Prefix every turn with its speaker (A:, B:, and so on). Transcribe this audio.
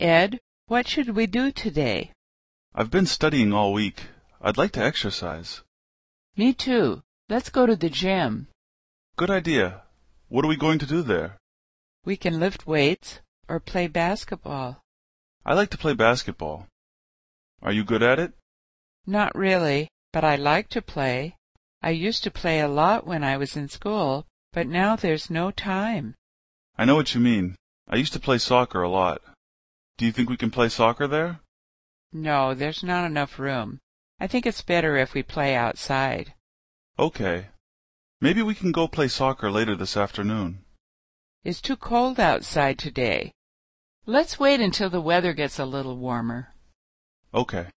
A: Ed, what should we do today?
B: I've been studying all week. I'd like to exercise.
A: Me too. Let's go to the gym.
B: Good idea. What are we going to do there?
A: We can lift weights or play basketball.
B: I like to play basketball. Are you good at it?
A: Not really, but I like to play. I used to play a lot when I was in school, but now there's no time.
B: I know what you mean. I used to play soccer a lot. Do you think we can play soccer there?
A: No, there's not enough room. I think it's better if we play outside.
B: Okay. Maybe we can go play soccer later this afternoon.
A: It's too cold outside today. Let's wait until the weather gets a little warmer.
B: Okay.